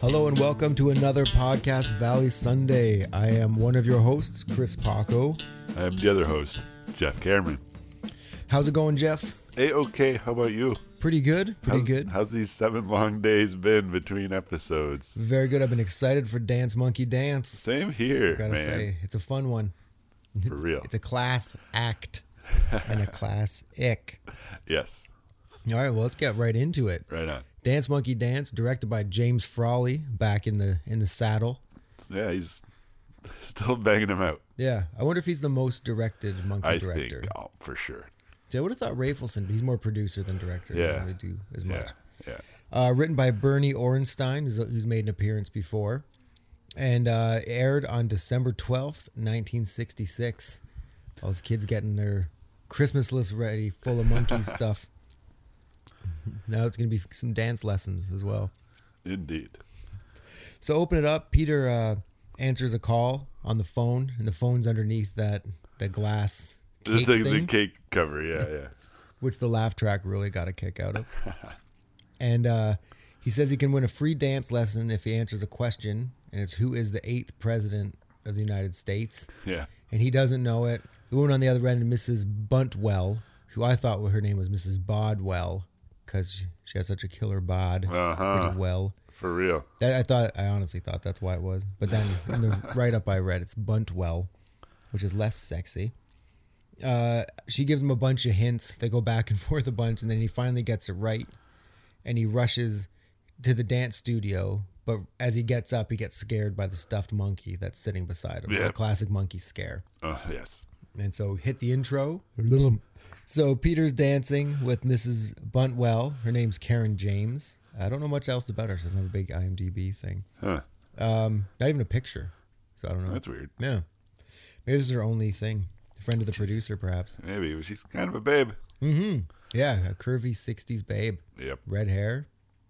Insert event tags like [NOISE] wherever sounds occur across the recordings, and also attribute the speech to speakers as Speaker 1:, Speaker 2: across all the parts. Speaker 1: Hello and welcome to another podcast, Valley Sunday. I am one of your hosts, Chris Paco.
Speaker 2: I'm the other host, Jeff Cameron.
Speaker 1: How's it going, Jeff?
Speaker 2: Hey, okay. How about you?
Speaker 1: Pretty good. Pretty
Speaker 2: how's,
Speaker 1: good.
Speaker 2: How's these seven long days been between episodes?
Speaker 1: Very good. I've been excited for Dance Monkey Dance.
Speaker 2: Same here,
Speaker 1: Gotta
Speaker 2: man.
Speaker 1: say, it's a fun one.
Speaker 2: for real.
Speaker 1: It's a class
Speaker 2: [LAUGHS]
Speaker 1: act and a class ick.
Speaker 2: yes.
Speaker 1: All right, well, let's get right into it.
Speaker 2: Right on.
Speaker 1: Dance Monkey Dance, directed by James Frawley, back in the in the saddle.
Speaker 2: Yeah, he's still banging them out.
Speaker 1: Yeah, I wonder if he's the most directed monkey
Speaker 2: I
Speaker 1: director.
Speaker 2: think. Oh, for sure.
Speaker 1: See, I would have thought Rafelson, but he's more producer than director.
Speaker 2: Yeah.
Speaker 1: I don't really do as
Speaker 2: Yeah.
Speaker 1: much.
Speaker 2: Yeah.
Speaker 1: Uh, written by Bernie Orenstein, who's, who's made an appearance before, and uh, aired on December twelfth, nineteen sixty six. All those kids getting their Christmas list ready, full of
Speaker 2: [LAUGHS]
Speaker 1: monkey stuff. [LAUGHS] Now it's going to be some dance lessons as well.
Speaker 2: Indeed.
Speaker 1: So open it up. Peter uh, answers a call on the phone, and the phone's underneath that the glass
Speaker 2: The-
Speaker 1: cake
Speaker 2: the,
Speaker 1: thing,
Speaker 2: the cake cover. Yeah, yeah.
Speaker 1: which the laugh track really got a kick out of. and uh, he says he can win a free dance lesson if he answers a question, and it's who is the eighth president of the United States,
Speaker 2: Yeah.
Speaker 1: and he doesn't know it. The woman on the other end, Mrs. Buntwell, who I thought her name was Mrs. Bodwell, because she, she has such a killer bod. It's
Speaker 2: Uh-huh.
Speaker 1: pretty well.
Speaker 2: For real.
Speaker 1: That, I thought I honestly thought that's why it was, but then in the [LAUGHS] write up I read, it's Buntwell, which is less sexy. Uh, she gives him a bunch of hints. They go back and [LAUGHS] forth a bunch, and then he finally gets it right, and he rushes to the dance studio. But as he gets up, he gets scared by the stuffed monkey that's sitting beside him.
Speaker 2: Yeah.
Speaker 1: A classic monkey scare.
Speaker 2: Oh, yes.
Speaker 1: And so hit the intro. So Peter's dancing with Mrs. Buntwell. Her name's Karen James. I don't know much else about her. She doesn't have a big IMDb thing.
Speaker 2: Huh.
Speaker 1: Not even a picture. So I don't know.
Speaker 2: That's weird.
Speaker 1: yeah. Maybe this is her only thing. A friend of the producer, perhaps.
Speaker 2: Maybe she's kind of a babe.
Speaker 1: Yeah, a curvy 60s babe.
Speaker 2: Yep.
Speaker 1: Red hair.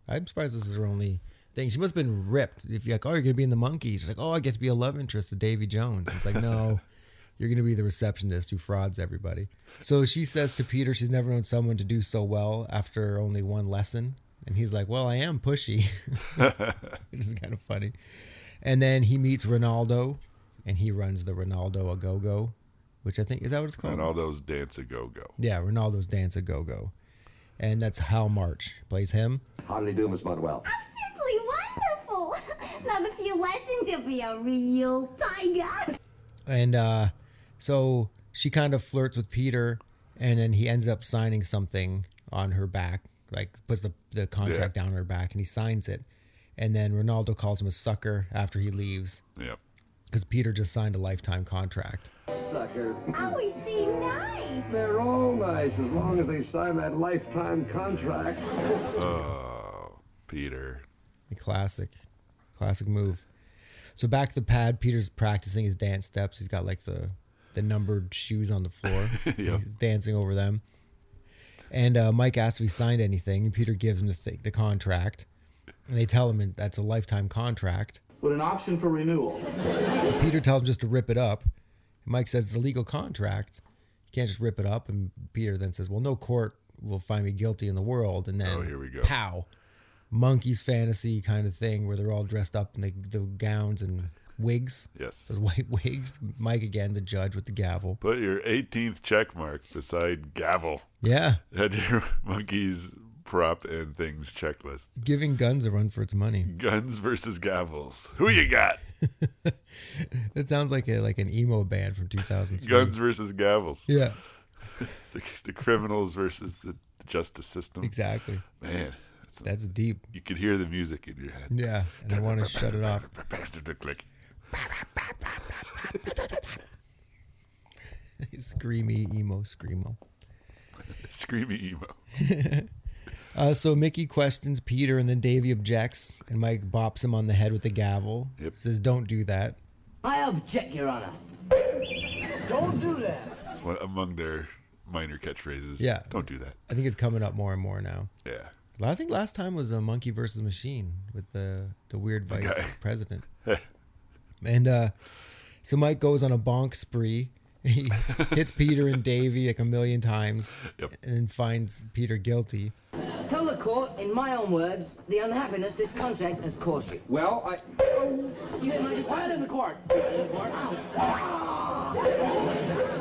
Speaker 1: I'm surprised this is her only thing. She must have been ripped. If you're like, oh, you're going to be in the monkeys. She's like, oh, I get to be a love interest to Davy Jones. It's like, no, [LAUGHS] you're going to be the receptionist who frauds everybody. So she says to Peter, she's never known someone to do so well after only one lesson. And he's like, well, I am pushy. [LAUGHS] Which is kind of funny. And then he meets Ronaldo and he runs the Ronaldo a go go, which I think is that what it's called?
Speaker 2: And all those dance a go go.
Speaker 1: Yeah, Ronaldo's Dance a Go Go. And that's Hal March plays him.
Speaker 3: How do they do, Miss Budwell?
Speaker 4: I'm simply wonderful. Another few lessons, you'll be a real tiger.
Speaker 1: And uh, so she kind of flirts with Peter, and then he ends up signing something on her back, like puts the, the contract down on her back, and he signs it. And then Ronaldo calls him a sucker after he leaves
Speaker 2: Yep.
Speaker 1: because Peter just signed a lifetime contract.
Speaker 3: Sucker.
Speaker 4: Oh, is he nice?
Speaker 3: They're all nice as long as they sign that lifetime contract.
Speaker 2: Oh, Peter.
Speaker 1: A classic, classic move. So back to the pad. Peter's practicing his dance steps. He's got like the the numbered shoes on the floor.
Speaker 2: Yeah.
Speaker 1: He's dancing over them. And uh, Mike asks if he signed anything, and Peter gives him the thing, the contract. And they tell him that's a lifetime contract.
Speaker 5: with an option for renewal.
Speaker 1: Peter tells him just to rip it up. Mike says it's a legal contract. You can't just rip it up. And Peter then says, Well, no court will find me guilty in the world. And then,
Speaker 2: Oh, here we go.
Speaker 1: pow, monkey's fantasy kind of thing where they're all dressed up in the, the gowns and wigs,
Speaker 2: Yes.
Speaker 1: those white [LAUGHS] wigs. Mike again, the judge with the gavel.
Speaker 2: Put your 18th check mark beside gavel.
Speaker 1: Yeah,
Speaker 2: Had your [LAUGHS] monkeys prop and things checklist.
Speaker 1: giving guns a run for its money.
Speaker 2: Guns versus gavels. Who you got?
Speaker 1: That sounds like a, like an emo band from 2003.
Speaker 2: Guns versus gavels.
Speaker 1: Yeah,
Speaker 2: The, the criminals versus the justice system.
Speaker 1: exactly.
Speaker 2: Man, it's-
Speaker 1: That's deep.
Speaker 2: you could hear the music in your head.
Speaker 1: Yeah, and I want to shut it off. [LAUGHS]
Speaker 2: Click.
Speaker 1: Screamy emo screamo.
Speaker 2: Screamy emo.
Speaker 1: Uh, so Mickey questions Peter, and then Davy objects, and Mike bops him on the head with the gavel.
Speaker 2: Yep.
Speaker 1: Says, "Don't do that."
Speaker 6: I object, Your Honor. Don't do that.
Speaker 2: It's one among their minor catchphrases.
Speaker 1: Yeah.
Speaker 2: Don't do that.
Speaker 1: I think it's coming up more and more now.
Speaker 2: Yeah.
Speaker 1: I think last time was a monkey versus machine with the the weird vice
Speaker 2: [LAUGHS] guy.
Speaker 1: president. and uh, so Mike goes on a bonk spree. [LAUGHS] He hits Peter and Davy like a million times,
Speaker 2: Yep.
Speaker 1: and then finds Peter guilty.
Speaker 6: Tell the court, in my own words, the unhappiness this contract has caused you.
Speaker 3: Well, I.
Speaker 6: You hit my Quiet in the court.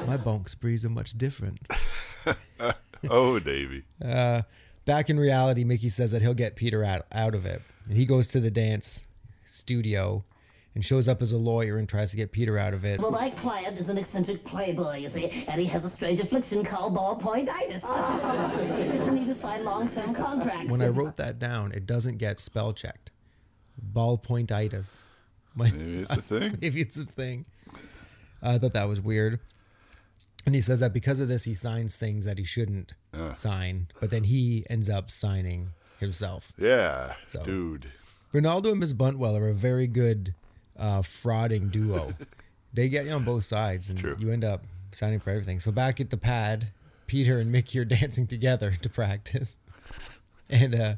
Speaker 1: My bunk sprees are much different. [LAUGHS]
Speaker 2: Oh, Davy.
Speaker 1: Back in reality, Mickey says that he'll get Peter out, out of it. And he goes to the dance studio and shows up as a lawyer and tries to get Peter out of it.
Speaker 5: Well, my client is an eccentric playboy, you see, and he has a strange affliction called
Speaker 4: [LAUGHS]
Speaker 5: ballpointitis. Doesn't need to sign long-term contracts.
Speaker 1: When I wrote that down, it doesn't get spell checked. Ballpointitis. My,
Speaker 2: Maybe it's a thing.
Speaker 1: [LAUGHS] if it's a thing. I thought that was weird. And he says that because of this, he signs things that he shouldn't sign, but then he ends up signing himself.
Speaker 2: Yeah, dude.
Speaker 1: Ronaldo and Miss Buntwell are a very good uh, frauding
Speaker 2: [LAUGHS]
Speaker 1: duo. they get you on both sides, and
Speaker 2: True.
Speaker 1: you end up signing for everything. So back at the pad, Peter and Mickey are [LAUGHS] dancing together to practice, and uh,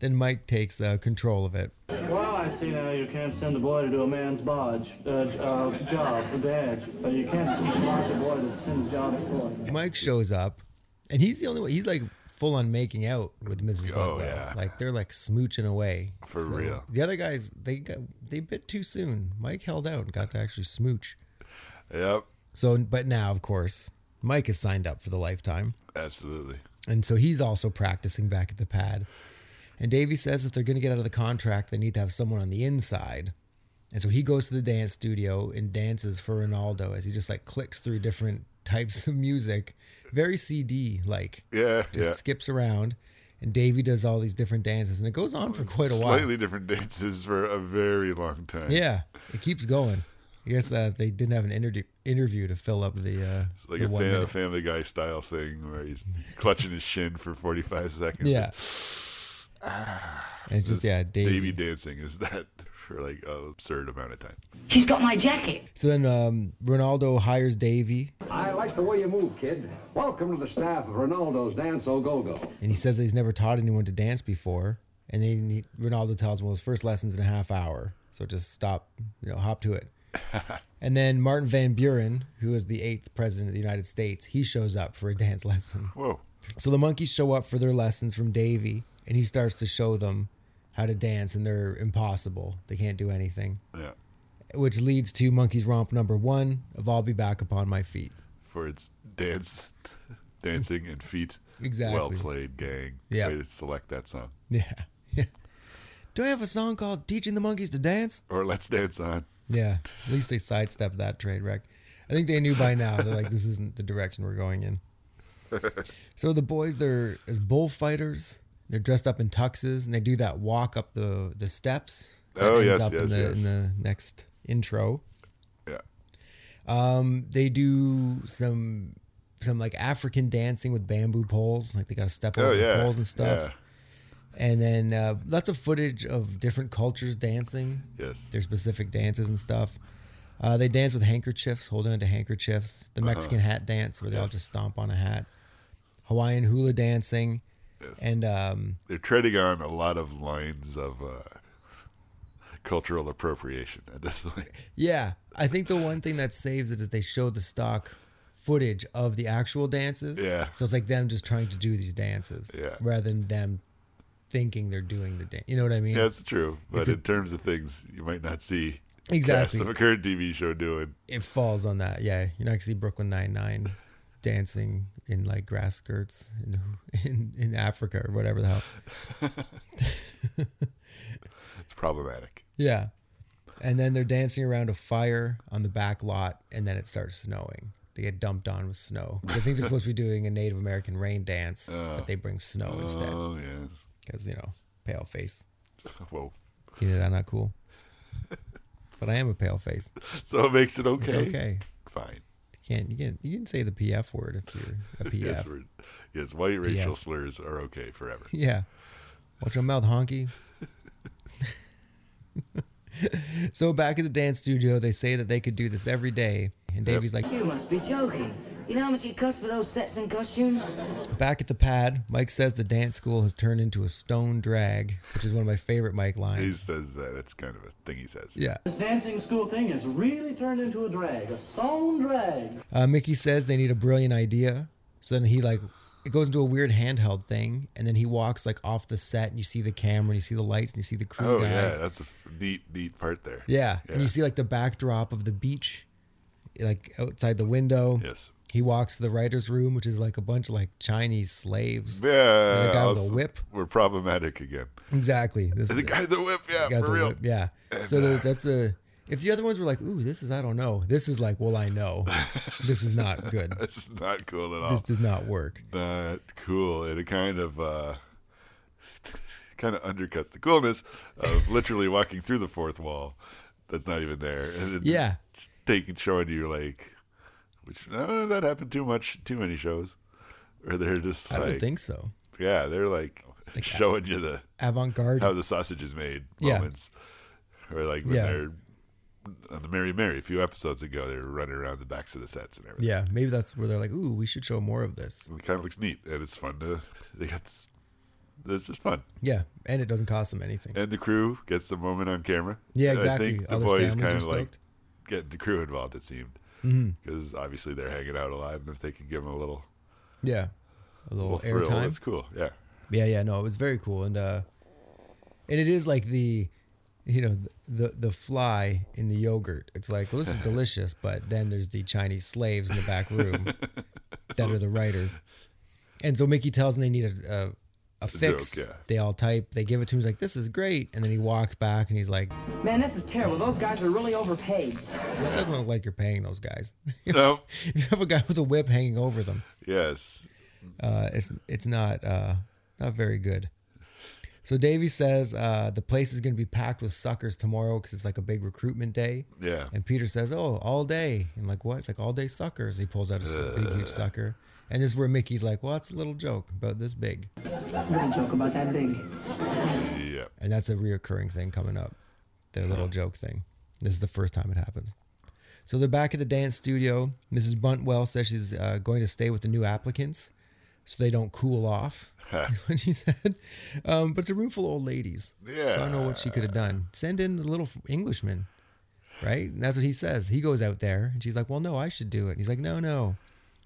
Speaker 1: then Mike takes uh, control of it.
Speaker 7: Well, I see now you can't send a boy to do a man's bodge, uh, j- uh, job, a badge. But you can't smart the boy to send a job to a boy.
Speaker 1: Mike shows up, and he's the only one. He's like full on making out with Mrs.
Speaker 2: Oh,
Speaker 1: Buntwell.
Speaker 2: yeah.
Speaker 1: Like they're like smooching away
Speaker 2: For real.
Speaker 1: The other guys, they got they bit too soon. Mike held out and got to actually smooch.
Speaker 2: Yep,
Speaker 1: So, but now, of course, Mike is signed up for the lifetime,
Speaker 2: absolutely.
Speaker 1: and so he's also practicing back at the pad. And Davey says if they're going to get out of the contract, they need to have someone on the inside. And so he goes to the dance studio and dances for Ronaldo as he just like clicks through different types of music, very CD like
Speaker 2: Yeah,
Speaker 1: just
Speaker 2: yeah.
Speaker 1: skips around and Davey does all these different dances and it goes on for quite a while.
Speaker 2: Slightly different dances for a very long time.
Speaker 1: Yeah, it keeps going. I guess uh, they didn't have an interview interview to fill up the uh
Speaker 2: It's like
Speaker 1: the
Speaker 2: a
Speaker 1: one
Speaker 2: fam-
Speaker 1: minute.
Speaker 2: Family Guy style thing where he's clutching his shin for 45 seconds. [SIGHS]
Speaker 1: Yeah. And it's just yeah, Davey.
Speaker 2: Davy dancing is that for like an absurd amount of time.
Speaker 6: She's got my jacket.
Speaker 1: So then um Ronaldo hires Davey
Speaker 3: I like the way you move, kid. Welcome to the staff of Ronaldo's Dance O Go Go.
Speaker 1: and he says that he's never taught anyone to dance before. And then he, Ronaldo tells him, well, his first lesson's in a half hour. So just stop, you know, hop to it. and then Martin Van Buren, who is the eighth president of the United States, he shows up for a dance [LAUGHS] lesson.
Speaker 2: Whoa.
Speaker 1: So the monkeys show up for their lessons from Davy, and he starts to show them how to dance, and they're impossible. They can't do anything,
Speaker 2: Yeah.
Speaker 1: which leads to Monkeys Romp number one of I'll Be Back Upon My Feet. [LAUGHS]
Speaker 2: For its dance, [LAUGHS] dancing and feet.
Speaker 1: Exactly.
Speaker 2: Well played, gang.
Speaker 1: Yeah.
Speaker 2: Way to select that song.
Speaker 1: Yeah. do I have a song called Teaching the Monkeys to Dance?
Speaker 2: Or Let's Dance On.
Speaker 1: Yeah. At least they sidestepped that trade wreck. I think they knew by now. They're like, this isn't the direction we're going
Speaker 2: [LAUGHS]
Speaker 1: in. so the boys, they're as bullfighters. They're dressed up in tuxes, and they do that walk up the the steps. that
Speaker 2: Oh,
Speaker 1: ends
Speaker 2: yes,
Speaker 1: up in
Speaker 2: yes,
Speaker 1: the,
Speaker 2: yes.
Speaker 1: In the next intro,
Speaker 2: Yeah.
Speaker 1: they do some some like African dancing with bamboo poles. Like they got to step over
Speaker 2: Oh,
Speaker 1: the
Speaker 2: yeah.
Speaker 1: poles and stuff. And then uh, lots of footage of different cultures dancing.
Speaker 2: Yeah. Yes.
Speaker 1: their specific dances and stuff. Uh, they dance with handkerchiefs, holding onto handkerchiefs.
Speaker 2: Uh-huh.
Speaker 1: The Mexican hat dance, where they all just stomp on a hat. Hawaiian hula dancing, and um,
Speaker 2: They're treading on a lot of lines of uh, [LAUGHS] cultural appropriation at this point.
Speaker 1: yeah, I think the one thing that saves it is they show the stock footage of the actual dances.
Speaker 2: Yeah.
Speaker 1: so it's like them just trying to do these dances,
Speaker 2: Yeah.
Speaker 1: rather than them thinking they're doing the dance. You know what I mean?
Speaker 2: Yeah, it's true. But
Speaker 1: It's a-
Speaker 2: in terms of things you might not see
Speaker 1: Exactly.
Speaker 2: cast of a current TV show doing.
Speaker 1: It falls on that. Yeah, you're not gonna see Brooklyn Nine Nine dancing in like grass skirts in [LAUGHS] in, in Africa or whatever the hell.
Speaker 2: It's problematic.
Speaker 1: Yeah. And then they're dancing around a fire on the back lot, and then it starts snowing. They get dumped on with snow. I think they're supposed to be doing a Native American rain dance,
Speaker 2: [LAUGHS] Uh,
Speaker 1: but they bring snow instead
Speaker 2: Oh yes.
Speaker 1: because you know pale face.
Speaker 2: Whoa.
Speaker 1: You know that not
Speaker 2: [LAUGHS]
Speaker 1: cool. But I am a pale face.
Speaker 2: So it makes it okay.
Speaker 1: It's okay.
Speaker 2: Fine.
Speaker 1: You can't you can you can say the PF word if you're a PF.
Speaker 2: [LAUGHS] Yes, we're, yes, white racial
Speaker 1: Yes.
Speaker 2: slurs are okay forever.
Speaker 1: [LAUGHS] Yeah. Watch your mouth, honky. [LAUGHS] so back at the dance studio, they say that they could do this every day. And Davey's like,
Speaker 6: You must be joking. You know how much it costs for those sets and costumes?
Speaker 1: back at the pad, Mike says the dance school has turned into a stone drag, which is one of my favorite Mike
Speaker 2: He
Speaker 1: lines.
Speaker 2: says that. It's kind of a thing he says.
Speaker 1: Yeah.
Speaker 7: This dancing school thing has really turned into a drag, a stone drag.
Speaker 1: Uh, Mickey says they need a brilliant idea. So then he like it goes into a weird handheld thing, and then he walks like off the set, and you see the camera, and you see the lights, and you see the crew
Speaker 2: Oh yeah,
Speaker 1: guys.
Speaker 2: that's a neat neat part there.
Speaker 1: Yeah. And
Speaker 2: Yeah.
Speaker 1: you see like the backdrop of the beach, like outside the window.
Speaker 2: Yes.
Speaker 1: He walks to the writer's room, which is like a bunch of like Chinese slaves.
Speaker 2: Yeah.
Speaker 1: a guy with a
Speaker 2: also-
Speaker 1: whip.
Speaker 2: We're problematic again.
Speaker 1: Exactly.
Speaker 2: [LAUGHS]
Speaker 1: This
Speaker 2: The
Speaker 1: is-
Speaker 2: guy with the whip, yeah,
Speaker 1: guy with
Speaker 2: for
Speaker 1: the
Speaker 2: real. uh,
Speaker 1: whip, Yeah. So there, that's a. If the other ones were like, ooh, this is, I don't know. This is like, well, I
Speaker 2: [LAUGHS]
Speaker 1: know. This is not good.
Speaker 2: [LAUGHS] This is not cool at all.
Speaker 1: This does not work.
Speaker 2: not cool. And it kind of uh kind of undercuts the coolness of literally walking through the fourth wall that's not even there. And then
Speaker 1: Yeah.
Speaker 2: Taking showing you like which I don't know if that happened too much too many shows. Or they're just
Speaker 1: I
Speaker 2: like
Speaker 1: don't think so.
Speaker 2: Yeah, they're like showing you the
Speaker 1: Avant garde.
Speaker 2: how the sausage is made
Speaker 1: Yeah.
Speaker 2: moments. Or like when
Speaker 1: Yeah.
Speaker 2: they're on the Mary Mary a few episodes ago, they were running around the backs of the sets and everything.
Speaker 1: Yeah. Maybe that's where they're like, ooh, we should show more of this.
Speaker 2: It kind of looks neat and it's fun to they got this, it's just fun.
Speaker 1: Yeah. And it doesn't cost them anything.
Speaker 2: And the crew gets the moment on camera.
Speaker 1: Yeah,
Speaker 2: And I
Speaker 1: exactly.
Speaker 2: think the
Speaker 1: Other
Speaker 2: boys
Speaker 1: families
Speaker 2: kind
Speaker 1: are
Speaker 2: of like
Speaker 1: stoked. Mm-hmm.
Speaker 2: getting the crew involved. It seemed because obviously they're hanging out a lot, and if they can give them a little,
Speaker 1: Yeah. A little
Speaker 2: little thrill,
Speaker 1: airtime.
Speaker 2: that's cool. Yeah, [LAUGHS]
Speaker 1: Yeah, yeah, no, it was very cool, and uh, and it is like the, you know, the the fly in the yogurt. It's like, well, this is
Speaker 2: [LAUGHS]
Speaker 1: delicious, but then there's the Chinese slaves in the back room
Speaker 2: [LAUGHS]
Speaker 1: that are the writers, and so Mickey tells them they need a a, a fix.
Speaker 2: joke, yeah.
Speaker 1: They all type, they give it to him. He's like, this is great, and then he walks back and he's like,
Speaker 6: Man, this is terrible. Those guys are really overpaid.
Speaker 1: that doesn't look like you're paying those guys. [LAUGHS]
Speaker 2: no,
Speaker 1: if you have a guy with a whip hanging over them,
Speaker 2: yes,
Speaker 1: uh, it's it's not uh, not very good. So Davey says uh, the place is going to be packed with suckers tomorrow because it's like a big recruitment day.
Speaker 2: yeah,
Speaker 1: And Peter says, "Oh, all day." And like, what? It's like all day suckers. He pulls out a su- big huge sucker, and this is where Mickey's like, "Well, it's a little joke about this big,"
Speaker 6: Little joke about that big.
Speaker 2: yeah.
Speaker 1: and that's a reoccurring thing coming up, their little joke thing. This is the first time it happens. So they're back at the dance studio. Mrs. Buntwell says she's uh, going to stay with the new applicants, so they don't cool off. [LAUGHS] is what she said. Um, but it's a room full of old ladies. So I don't know what she could have done. Send in the little f- Englishman, right? And that's what he says. He goes out there and she's like, well, no, I should do it. And he's like, no, no.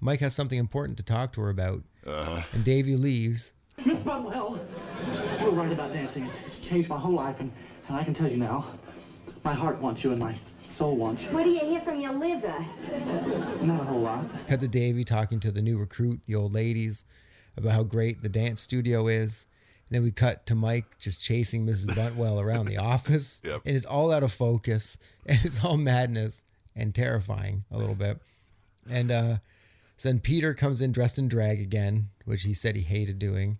Speaker 1: Mike has something important to talk to her about. And Davey leaves.
Speaker 7: Miss Bunwell, you were right about dancing. It's- It's changed my whole life, and, and I can tell you now, my heart wants you and my soul wants you.
Speaker 4: What do you hear from your liver?
Speaker 7: Not a whole lot.
Speaker 1: Cut to Davey talking to the new recruit, the old ladies, about how great the dance studio is. And then we cut to Mike just chasing Mrs. Buntwell around the office.
Speaker 2: Yep.
Speaker 1: And it's all out of focus [LAUGHS] and it's all madness and terrifying a little bit. And uh, so then Peter comes in dressed in drag again, which he said he hated doing.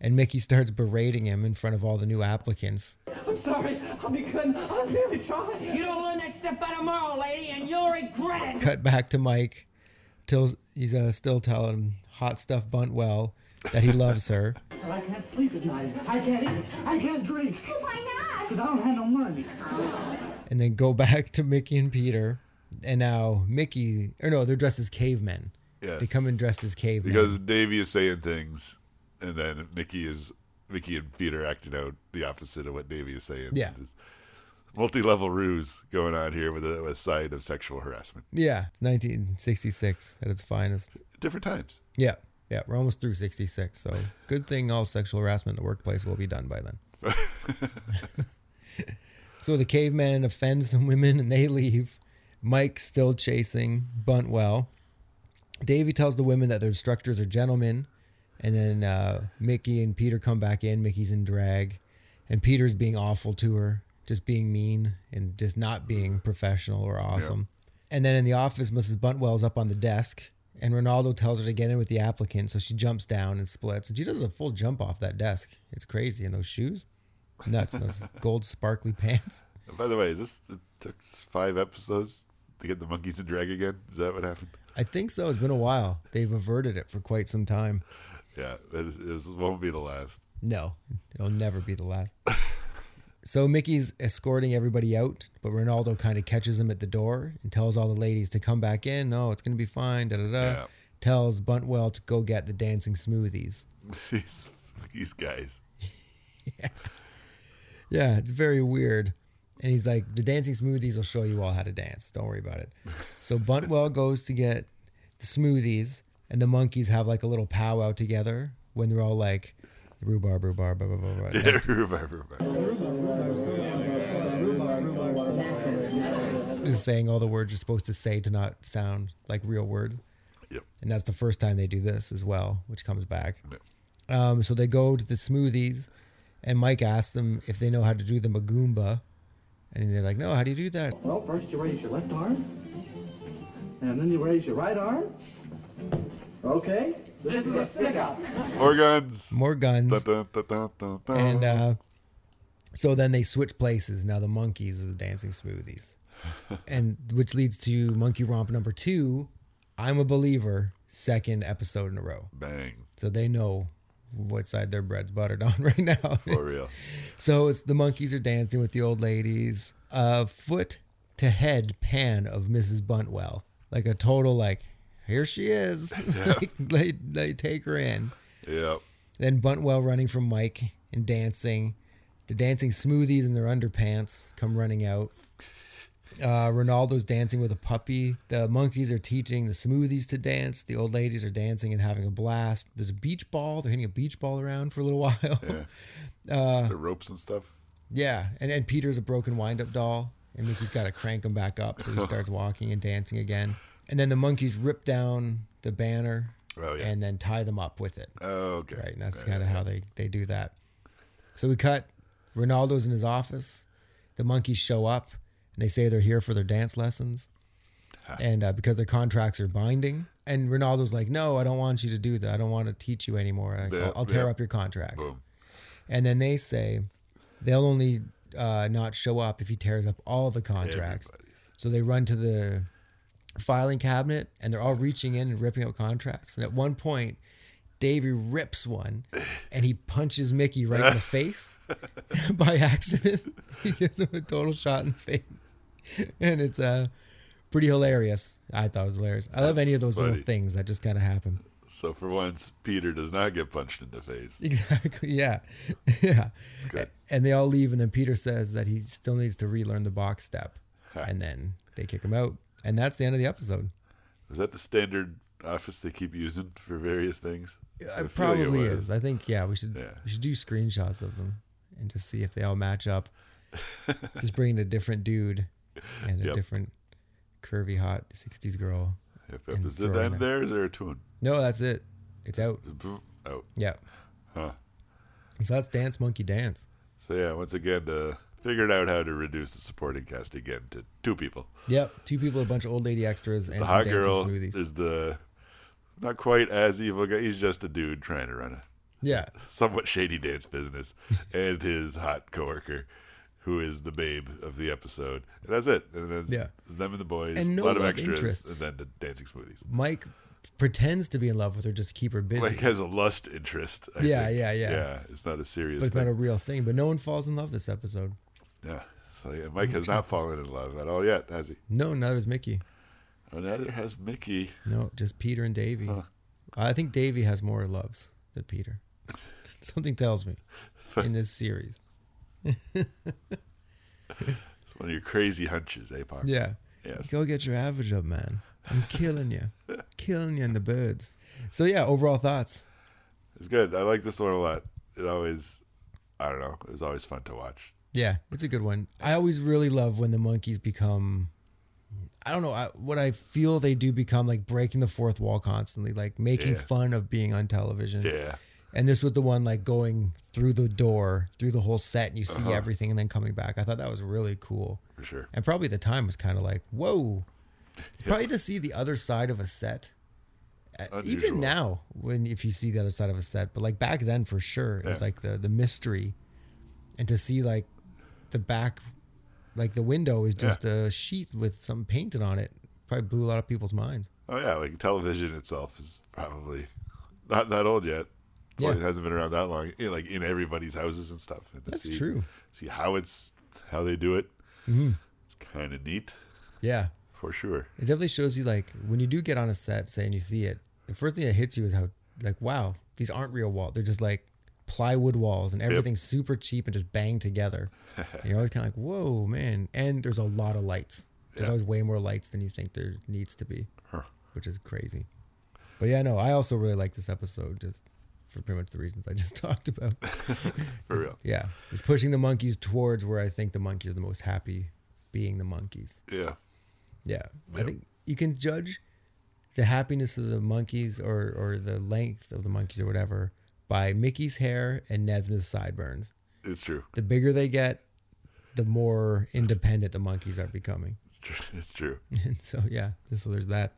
Speaker 1: And Mickey starts berating him in front of all the new applicants.
Speaker 6: I'm sorry. I'll be good. I'm really trying.
Speaker 5: You don't learn that step by tomorrow, lady, and you'll regret it.
Speaker 1: Cut back to Mike till he's uh, still telling him hot stuff Buntwell that he loves her.
Speaker 6: But I can't sleep at night. I can't eat. I can't drink.
Speaker 4: Why not?
Speaker 6: Because I don't have no money.
Speaker 1: and then go [LAUGHS] back to Mickey and Peter. And now Mickey, or no, they're dressed as cavemen.
Speaker 2: Yes.
Speaker 1: They come in dressed as cavemen.
Speaker 2: Because Davy is saying things, and then Mickey is Mickey and Peter acting out the opposite of what Davy is saying.
Speaker 1: Yeah.
Speaker 2: multi-level ruse going on here with a, a side of sexual harassment.
Speaker 1: yeah, it's 1966 at its finest.
Speaker 2: Different times.
Speaker 1: Yeah, yeah, we're almost through 66. So good thing all sexual harassment in the workplace will be done by then.
Speaker 2: [LAUGHS]
Speaker 1: so the caveman offends some women and they leave. Mike's still chasing Buntwell. Davey tells the women that their instructors are gentlemen. And then uh, Mickey and Peter come back in. Mickey's in drag. And Peter's being awful to her, just being mean and just not being professional or awesome. And then in the office, Mrs. Buntwell's up on the desk. And Ronaldo tells her to get in with the applicant. So she jumps down and splits. And she does a full jump off that desk. It's crazy. in those shoes nuts in those gold sparkly pants.
Speaker 2: And by the way, is this it took five episodes to get the monkeys in drag again? Is that what happened?
Speaker 1: I think so. It's been a while. They've averted it for quite some time.
Speaker 2: Yeah, it, is, it was- won't be the last. [LAUGHS]
Speaker 1: No, it'll never be the last. So Mickey's escorting everybody out, but Ronaldo kind of catches him at the door and tells all the ladies to come back in. No, it's going to be fine. Da da da.
Speaker 2: Yeah.
Speaker 1: Tells Buntwell to go get the dancing smoothies.
Speaker 2: these, these guys. [LAUGHS]
Speaker 1: Yeah, it's very weird. And he's like, the dancing smoothies will show you all how to dance. Don't worry about it. So Buntwell goes to get the smoothies. and the monkeys have like a little powwow together when they're all like rhubarb, rhubarb, blah, blah, blah, blah.
Speaker 2: Yeah, rhubarb, rhubarb.
Speaker 1: Just saying all the words you're supposed to say to not sound like real words.
Speaker 2: Yep.
Speaker 1: And that's the first time they do this as well, which comes back.
Speaker 2: Yep.
Speaker 1: Um, so they go to the smoothies, and Mike asks them if they know how to do the Magoomba. And they're like, no, how do you do that?
Speaker 7: Well, first you raise your left arm, and then you raise your right arm. Okay? This is a stick up.
Speaker 2: Organs.
Speaker 1: More guns.
Speaker 2: Dun, dun, dun, dun, dun, dun.
Speaker 1: And uh, so then they switch places. Now the monkeys are the dancing smoothies,
Speaker 2: [LAUGHS]
Speaker 1: and which leads to monkey romp number two. I'm a believer. Second episode in a row, [LAUGHS]
Speaker 2: Bang.
Speaker 1: so they know what side their bread's buttered [LAUGHS] on right now.
Speaker 2: For real.
Speaker 1: so it's the monkeys are dancing with the old ladies. A foot to head pan of Mrs. Buntwell, like a total like. Here she is. [LAUGHS] like, they, they take her in.
Speaker 2: Yep.
Speaker 1: Then Buntwell running from Mike and dancing. The dancing smoothies in their underpants come running out. Uh, Ronaldo's dancing with a puppy. The monkeys are teaching the smoothies to dance. The old ladies are dancing and having a blast. There's a beach ball. They're hitting a beach ball around for a little [LAUGHS] while. Yeah. Uh,
Speaker 2: the ropes and stuff.
Speaker 1: And, and Peter's a broken wind up doll. And Mickey's got to crank him back up. So he
Speaker 2: [LAUGHS]
Speaker 1: starts walking and dancing again. And then the monkeys rip down the banner
Speaker 2: Oh, yeah.
Speaker 1: and then tie them up with it.
Speaker 2: Oh, okay.
Speaker 1: Right, and that's kind of how they they do that. So we cut. Ronaldo's in his office. The monkeys show up, and they say they're here for their dance lessons, and uh, because their contracts are binding. And Ronaldo's like, "No, I don't want you to do that. I don't want to teach you anymore. Like,
Speaker 2: Yeah,
Speaker 1: I'll, I'll tear
Speaker 2: yeah.
Speaker 1: up your contracts."
Speaker 2: Boom.
Speaker 1: And then they say they'll only uh, not show up if he tears up all the contracts.
Speaker 2: Everybody's.
Speaker 1: So they run to the filing cabinet and they're all reaching in and ripping out contracts. And at one point, Davey rips one and he punches Mickey right
Speaker 2: [LAUGHS]
Speaker 1: in the face [LAUGHS] by accident. [LAUGHS] he gives him a total shot in the face. And it's uh, pretty hilarious. I thought it was hilarious. I love any of those
Speaker 2: funny.
Speaker 1: little things that just kind of happen. [LAUGHS]
Speaker 2: So for once, Peter does not get punched in the face.
Speaker 1: Exactly. Yeah. [LAUGHS] Yeah.
Speaker 2: good.
Speaker 1: And they all leave, and then Peter says that he still needs to relearn the box step, and then they kick him out, and that's the end of the episode.
Speaker 2: Is that the standard office they keep using for various things? I
Speaker 1: It
Speaker 2: feel like it
Speaker 1: probably
Speaker 2: was.
Speaker 1: is. I think yeah, we should
Speaker 2: Yeah.
Speaker 1: we should do screenshots of them and just see if they all match
Speaker 2: [LAUGHS]
Speaker 1: up. just bring in a different dude and a
Speaker 2: Yep.
Speaker 1: different curvy hot '60s girl.
Speaker 2: Yep, yep. Is it
Speaker 1: throw in
Speaker 2: end
Speaker 1: a-
Speaker 2: there? Is there a tune?
Speaker 1: No, that's it. It's out.
Speaker 2: Oh,
Speaker 1: Yeah.
Speaker 2: Huh.
Speaker 1: So that's Dance Monkey Dance.
Speaker 2: so yeah. Once again, uh, figured out how to reduce the supporting cast again to two people.
Speaker 1: Yep. Two people, a bunch of old lady extras, and
Speaker 2: The
Speaker 1: some
Speaker 2: hot
Speaker 1: dancing
Speaker 2: girl
Speaker 1: smoothies.
Speaker 2: is the not quite as evil guy. He's just a dude trying to run a
Speaker 1: Yeah.
Speaker 2: somewhat shady dance
Speaker 1: [LAUGHS]
Speaker 2: business, and his hot coworker, who is the babe of the episode. And that's it. And then it's,
Speaker 1: Yeah.
Speaker 2: it's them and the boys,
Speaker 1: And no
Speaker 2: a lot of
Speaker 1: love
Speaker 2: extras,
Speaker 1: interests.
Speaker 2: and then the dancing smoothies.
Speaker 1: Mike pretends to be in love with her just to keep her busy,
Speaker 2: Like has a lust interest. I
Speaker 1: Yeah,
Speaker 2: think.
Speaker 1: yeah, yeah.
Speaker 2: Yeah, it's not a serious.
Speaker 1: but it's
Speaker 2: thing.
Speaker 1: not a real thing. But no one falls in love this episode.
Speaker 2: Yeah. So yeah, Mike has not fallen in love at all yet, has he?
Speaker 1: No, neither is Mickey.
Speaker 2: Oh, neither has Mickey.
Speaker 1: No, just Peter and Davy. I think Davy has more loves than Peter. [LAUGHS] Something tells me in this series.
Speaker 2: It's one of your crazy hunches, eh, Parker?
Speaker 1: Yeah.
Speaker 2: Yes.
Speaker 1: Go get your average up, man.
Speaker 2: [LAUGHS]
Speaker 1: I'm killing you. killing you and the birds. So yeah, overall thoughts.
Speaker 2: It's good. I like this one a lot. It always, I don't know, it was always fun to watch.
Speaker 1: Yeah, it's a good one. I always really love when the monkeys become. I don't know I, what I feel they do become like breaking the fourth wall constantly, like making
Speaker 2: Yeah.
Speaker 1: fun of being on television.
Speaker 2: Yeah.
Speaker 1: And this was the one like going through the door, through the whole set, and you
Speaker 2: Uh-huh.
Speaker 1: see everything, and then coming back. I thought that was really cool.
Speaker 2: For sure.
Speaker 1: And probably the time was kind of like, whoa, probably to see the other side of a set. uh,
Speaker 2: Unusual.
Speaker 1: Even now, when if you see the other side of a set, but like back then for sure, it was
Speaker 2: Yeah.
Speaker 1: like the the mystery, and to see like the back, like the window is just a sheet with some painted on it. Probably blew a lot of people's minds.
Speaker 2: Oh, yeah. Like television itself is probably not that old yet.
Speaker 1: Yeah.
Speaker 2: Well, It hasn't been around that long. Yeah, like in everybody's houses and stuff. And to
Speaker 1: That's
Speaker 2: see-
Speaker 1: true. Mm-hmm.
Speaker 2: See how it's, how they do it. It's kind of neat
Speaker 1: Yeah,
Speaker 2: for sure.
Speaker 1: it definitely shows you like when you do get on a set, say, and you see it. The first thing that hits you is how like wow, these aren't real walls. They're just like plywood walls, and everything's super cheap and just banged together. and you're always kind of like, whoa, man. And there's a lot of lights. There's
Speaker 2: Yeah.
Speaker 1: always way more lights than you think there needs to be,
Speaker 2: Huh.
Speaker 1: which is crazy. But yeah, no, I also really like this episode just for pretty much the reasons I [LAUGHS] just talked about.
Speaker 2: for real.
Speaker 1: Yeah, it's pushing the monkeys towards where I think the monkeys are the most happy being the monkeys.
Speaker 2: Yeah.
Speaker 1: Yeah, I think you can judge the happiness of the monkeys or or the length of the monkeys or whatever by Mickey's hair and Nesmith's sideburns.
Speaker 2: It's true.
Speaker 1: The bigger they get, the more independent the monkeys are becoming. [LAUGHS]
Speaker 2: It's true. [LAUGHS] It's true.
Speaker 1: And so yeah, so there's that.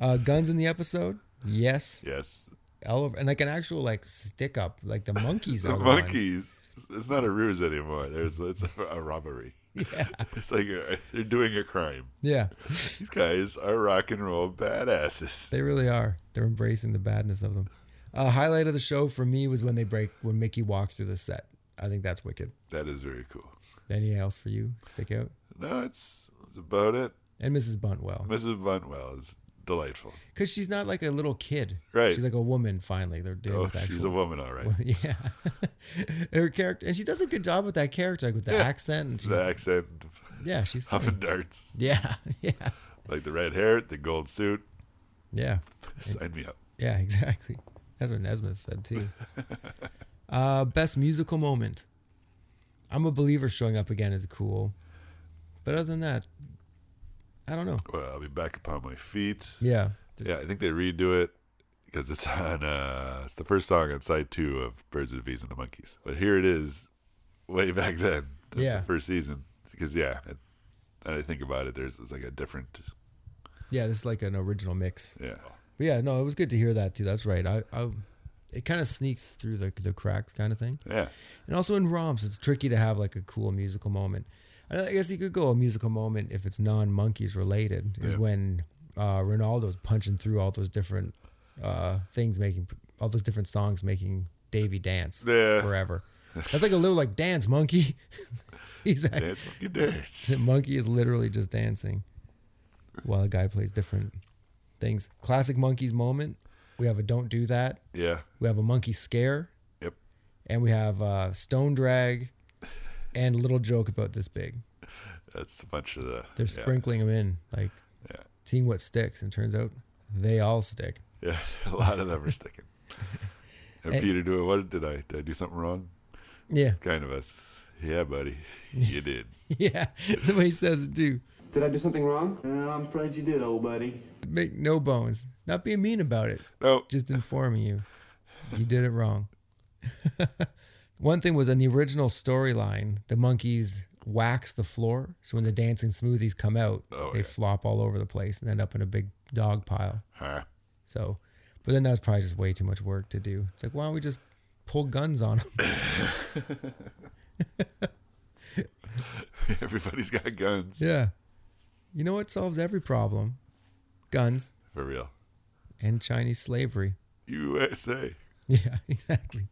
Speaker 1: Uh, guns in the episode, yes.
Speaker 2: Yes.
Speaker 1: Ele- and like an actual like stick up, like the monkeys are
Speaker 2: The
Speaker 1: the [LAUGHS] Ones.
Speaker 2: monkeys. It's not a ruse anymore. There's it's a robbery. Yeah. [LAUGHS] It's like a, they're doing a crime.
Speaker 1: Yeah,
Speaker 2: These guys are rock and roll badasses.
Speaker 1: they really are. They're embracing the badness of them. Uh, highlight of the show for me was when they break when Mickey walks through the set. I think that's wicked.
Speaker 2: That is very cool.
Speaker 1: Anything else for you stick out?
Speaker 2: No, it's it's about it.
Speaker 1: And Mrs. Buntwell,
Speaker 2: Mrs. Buntwell is delightful.
Speaker 1: because she's not like a little kid.
Speaker 2: Right.
Speaker 1: She's like a woman. Finally, they're dealing
Speaker 2: Oh,
Speaker 1: with actual. [LAUGHS]
Speaker 2: she's a woman, all right.
Speaker 1: yeah. [LAUGHS] Her character, and she does a good job with that character, like with the accent. And she's,
Speaker 2: The accent,
Speaker 1: yeah, she's funny.
Speaker 2: huff and darts,
Speaker 1: [LAUGHS] Yeah, [LAUGHS] yeah,
Speaker 2: like the red hair, the gold suit.
Speaker 1: yeah.
Speaker 2: Sign me up.
Speaker 1: Yeah, exactly. That's what Nesmith said
Speaker 2: [LAUGHS]
Speaker 1: too. uh, best musical moment. I'm a believer showing up again is cool. But other than that, I don't know.
Speaker 2: Well, I'll be back upon my feet.
Speaker 1: Yeah.
Speaker 2: Yeah, I think they redo it because it's [LAUGHS] on. Uh, it's the first song on side two of Birds of the Bees and the Monkeys. But here it is, way back then. the-
Speaker 1: Yeah.
Speaker 2: the first season. Because yeah, it, now that I think about it, there's it's like a different.
Speaker 1: Yeah, this is like an original mix.
Speaker 2: Yeah,
Speaker 1: But yeah, no, it was good to hear that too. That's right. I, I it kind of sneaks through the the cracks kind of thing.
Speaker 2: yeah.
Speaker 1: And also in ROMs, it's tricky to have like a cool musical moment. I I guess you could go a musical moment if it's non monkeys related, is
Speaker 2: Yeah.
Speaker 1: when uh, Ronaldo's punching through all those different uh, things, making all those different songs, making Davey dance
Speaker 2: Yeah.
Speaker 1: forever. That's like a little like dance monkey. [LAUGHS] He's like,
Speaker 2: Dance what
Speaker 1: [LAUGHS]
Speaker 2: you dare.
Speaker 1: the monkey is literally just dancing while the guy plays different things. Classic monkeys moment. We have a don't do that.
Speaker 2: Yeah.
Speaker 1: We have a monkey scare
Speaker 2: Yep.
Speaker 1: and we have uh, Stone Drag and Little Joke about this big.
Speaker 2: That's a bunch of the.
Speaker 1: They're
Speaker 2: yeah,
Speaker 1: sprinkling them in, like
Speaker 2: Yeah.
Speaker 1: seeing what sticks, and turns out they all stick.
Speaker 2: Yeah, [LAUGHS] a lot of them
Speaker 1: [LAUGHS]
Speaker 2: are sticking. And
Speaker 1: And-
Speaker 2: Peter doing what did I did I do something wrong?
Speaker 1: Yeah, [LAUGHS]
Speaker 2: Kind of a yeah, buddy. You did.
Speaker 1: yeah. The way he says it too.
Speaker 3: Did I do something wrong?
Speaker 7: Yeah, I'm afraid you did, old buddy.
Speaker 1: Make no bones. Not being mean about it.
Speaker 2: No.
Speaker 1: Just informing you, you did it wrong. [LAUGHS] One thing was in the original storyline, the monkeys wax the floor, so when the dancing smoothies come out,
Speaker 2: Oh,
Speaker 1: they
Speaker 2: yeah.
Speaker 1: flop all over the place and end up in a big dog pile.
Speaker 2: Huh.
Speaker 1: So, but then that was probably just way too much work to do. It's like, why don't we just pull guns on them?
Speaker 2: [LAUGHS] Everybody's got
Speaker 1: [LAUGHS]
Speaker 2: guns.
Speaker 1: yeah. You know what solves every problem? Guns
Speaker 2: For real.
Speaker 1: and Chinese slavery. [LAUGHS]
Speaker 2: USA.
Speaker 1: Yeah, exactly.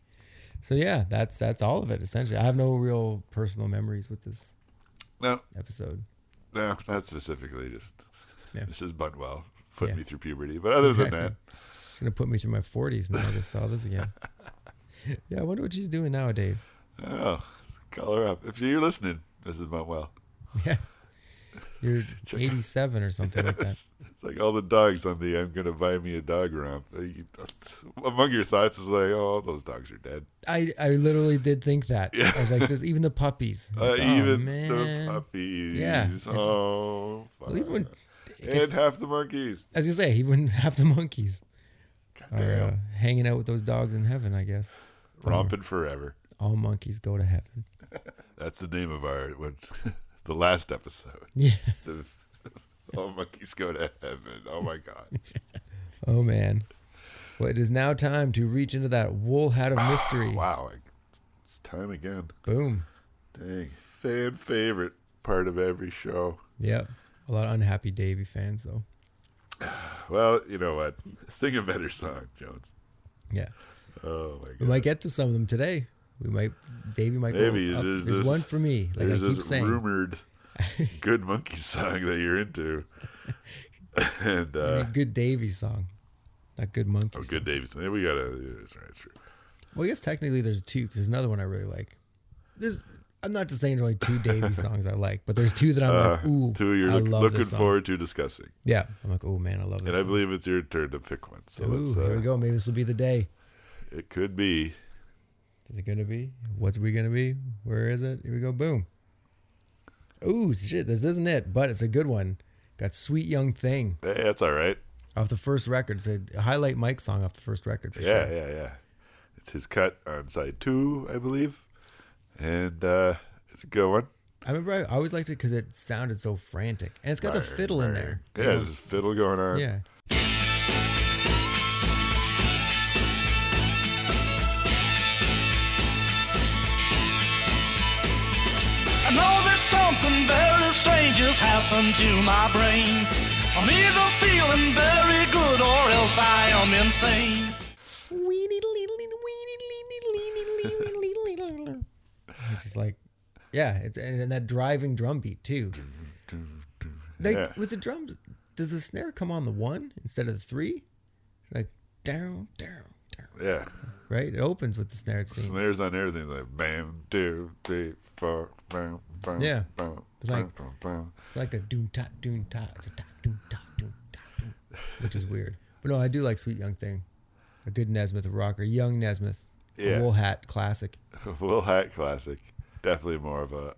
Speaker 1: So yeah, that's that's all of it essentially. I have no real personal memories with this
Speaker 2: No,
Speaker 1: episode.
Speaker 2: no, not specifically. Just
Speaker 1: Yeah.
Speaker 2: Mrs. Buntwell put
Speaker 1: Yeah.
Speaker 2: me through puberty. But other
Speaker 1: Exactly.
Speaker 2: than
Speaker 1: She's gonna put me through my forties and then I just saw this
Speaker 2: [LAUGHS]
Speaker 1: again. yeah, I wonder what she's doing nowadays. [LAUGHS]
Speaker 2: that, oh, call her up if you're listening, Mrs. Buntwell.
Speaker 1: Yeah. You're eighty seven or something like
Speaker 2: [LAUGHS]
Speaker 1: that.
Speaker 2: It's, it's like all the dogs on the "I'm gonna buy me a dog" romp. Uh, you- Among your thoughts is like, oh, all those dogs are dead.
Speaker 1: I, I literally did think that. I was like, this, even the puppies.
Speaker 2: [LAUGHS] Uh,
Speaker 1: Like, oh,
Speaker 2: even
Speaker 1: man.
Speaker 2: the puppies.
Speaker 1: Yeah, it's-
Speaker 2: Oh,
Speaker 1: Well, even when,
Speaker 2: fuck.
Speaker 1: guess-
Speaker 2: and half the monkeys.
Speaker 1: as you say, he wouldn't [LAUGHS] have the monkeys are,
Speaker 2: Damn.
Speaker 1: uh, hanging out with those dogs in heaven. I guess
Speaker 2: Romping forever.
Speaker 1: all monkeys go to heaven. [LAUGHS]
Speaker 2: That's the name of our when, [LAUGHS] the last episode. [LAUGHS]
Speaker 1: Yeah.
Speaker 2: The- all monkeys go to heaven. Oh my god.
Speaker 1: Oh man. Well, it is now time to reach into that wool hat of mystery.
Speaker 2: Wow, I- it's time again.
Speaker 1: Boom.
Speaker 2: Dang, fan favorite part of every show.
Speaker 1: Yep. A lot of unhappy Davy fans though.
Speaker 2: Well, you know what? Sing a better song, Jones.
Speaker 1: Yeah.
Speaker 2: Oh my
Speaker 1: We
Speaker 2: god.
Speaker 1: might get to some of them today. We might. Davy might.
Speaker 2: Maybe
Speaker 1: go up.
Speaker 2: there's
Speaker 1: There's,
Speaker 2: this-
Speaker 1: one for me. Like I
Speaker 2: There's
Speaker 1: keep
Speaker 2: this
Speaker 1: saying. [LAUGHS]
Speaker 2: rumored good monkey song that you're into, [LAUGHS] and
Speaker 1: A
Speaker 2: uh,
Speaker 1: good Davy song, not good monkey.
Speaker 2: oh,
Speaker 1: song.
Speaker 2: good Davidson. We gotta. yeah, That's right. It's true.
Speaker 1: Well, I guess technically there's two because there's another one I really like. There's I'm not just saying there's only two
Speaker 2: [LAUGHS]
Speaker 1: Davey songs I like, but there's two that I'm like, ooh,
Speaker 2: Uh, Two you're
Speaker 1: I
Speaker 2: look-
Speaker 1: love
Speaker 2: looking
Speaker 1: this song.
Speaker 2: forward to discussing.
Speaker 1: Yeah, I'm like, oh man, I love this.
Speaker 2: And I
Speaker 1: song.
Speaker 2: believe it's your turn to pick one. So
Speaker 1: Ooh,
Speaker 2: let's, uh,
Speaker 1: here we go. Maybe this will be the day.
Speaker 2: It could be.
Speaker 1: Is it gonna be? What's we gonna be? Where is it? Here we go. Boom. Ooh, shit, this isn't it, but it's a good one. Got Sweet Young Thing
Speaker 2: Hey, eh, that's all right.
Speaker 1: off the first record. It's a highlight Mike song off the first record for
Speaker 2: Yeah,
Speaker 1: sure.
Speaker 2: yeah, yeah. It's his cut on side two, I believe. And uh, it's a good one.
Speaker 1: I remember I always liked it because it sounded so frantic. And it's got the fiddle in there.
Speaker 2: Yeah, there's a fiddle going on.
Speaker 1: Yeah.
Speaker 8: I know that something very strange has happened to my brain. I'm either feeling very good or else I am insane.
Speaker 1: It's just like, yeah, it's and, and that driving drum beat too. Like
Speaker 2: Yeah.
Speaker 1: with the drums, does the snare come on the one instead of the three? Like down, down, down.
Speaker 2: Yeah.
Speaker 1: Right? It opens with the snare. It seems.
Speaker 2: Snares on everything. Like bam, two, three, four, bam, bam.
Speaker 1: Yeah.
Speaker 2: Bam,
Speaker 1: It's like-
Speaker 2: bam, bam,
Speaker 1: It's like a doom ta doom ta. It's a ta doom ta doom ta doom, which is weird. But no, I do like Sweet Young Thing. A good Nesmith rocker, young Nesmith,
Speaker 2: Yeah.
Speaker 1: a wool hat classic. [LAUGHS]
Speaker 2: bam. [LAUGHS] Will Hat classic. Definitely more of a,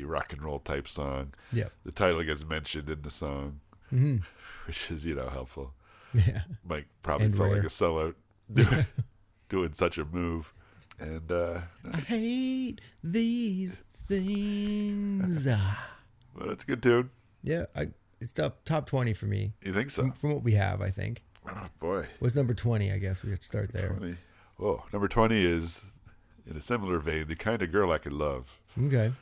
Speaker 2: a rock and roll type song.
Speaker 1: Yep. Mm-hmm.
Speaker 2: The title gets mentioned in the song, [LAUGHS] which is, you know, helpful.
Speaker 1: Yeah.
Speaker 2: Mike probably
Speaker 1: And
Speaker 2: felt
Speaker 1: rare.
Speaker 2: like
Speaker 1: [LAUGHS]
Speaker 2: a sellout doing, doing such a move. And uh,
Speaker 1: I hate these [LAUGHS] things. Ah.
Speaker 2: but it's a good tune.
Speaker 1: yeah, I, it's top top twenty for me.
Speaker 2: You think so?
Speaker 1: From what we have, I think.
Speaker 2: Oh boy.
Speaker 1: What's number twenty? I guess we have to start there.
Speaker 2: Twenty. Oh, number twenty is in a similar vein, the kind of girl I could love.
Speaker 1: Okay.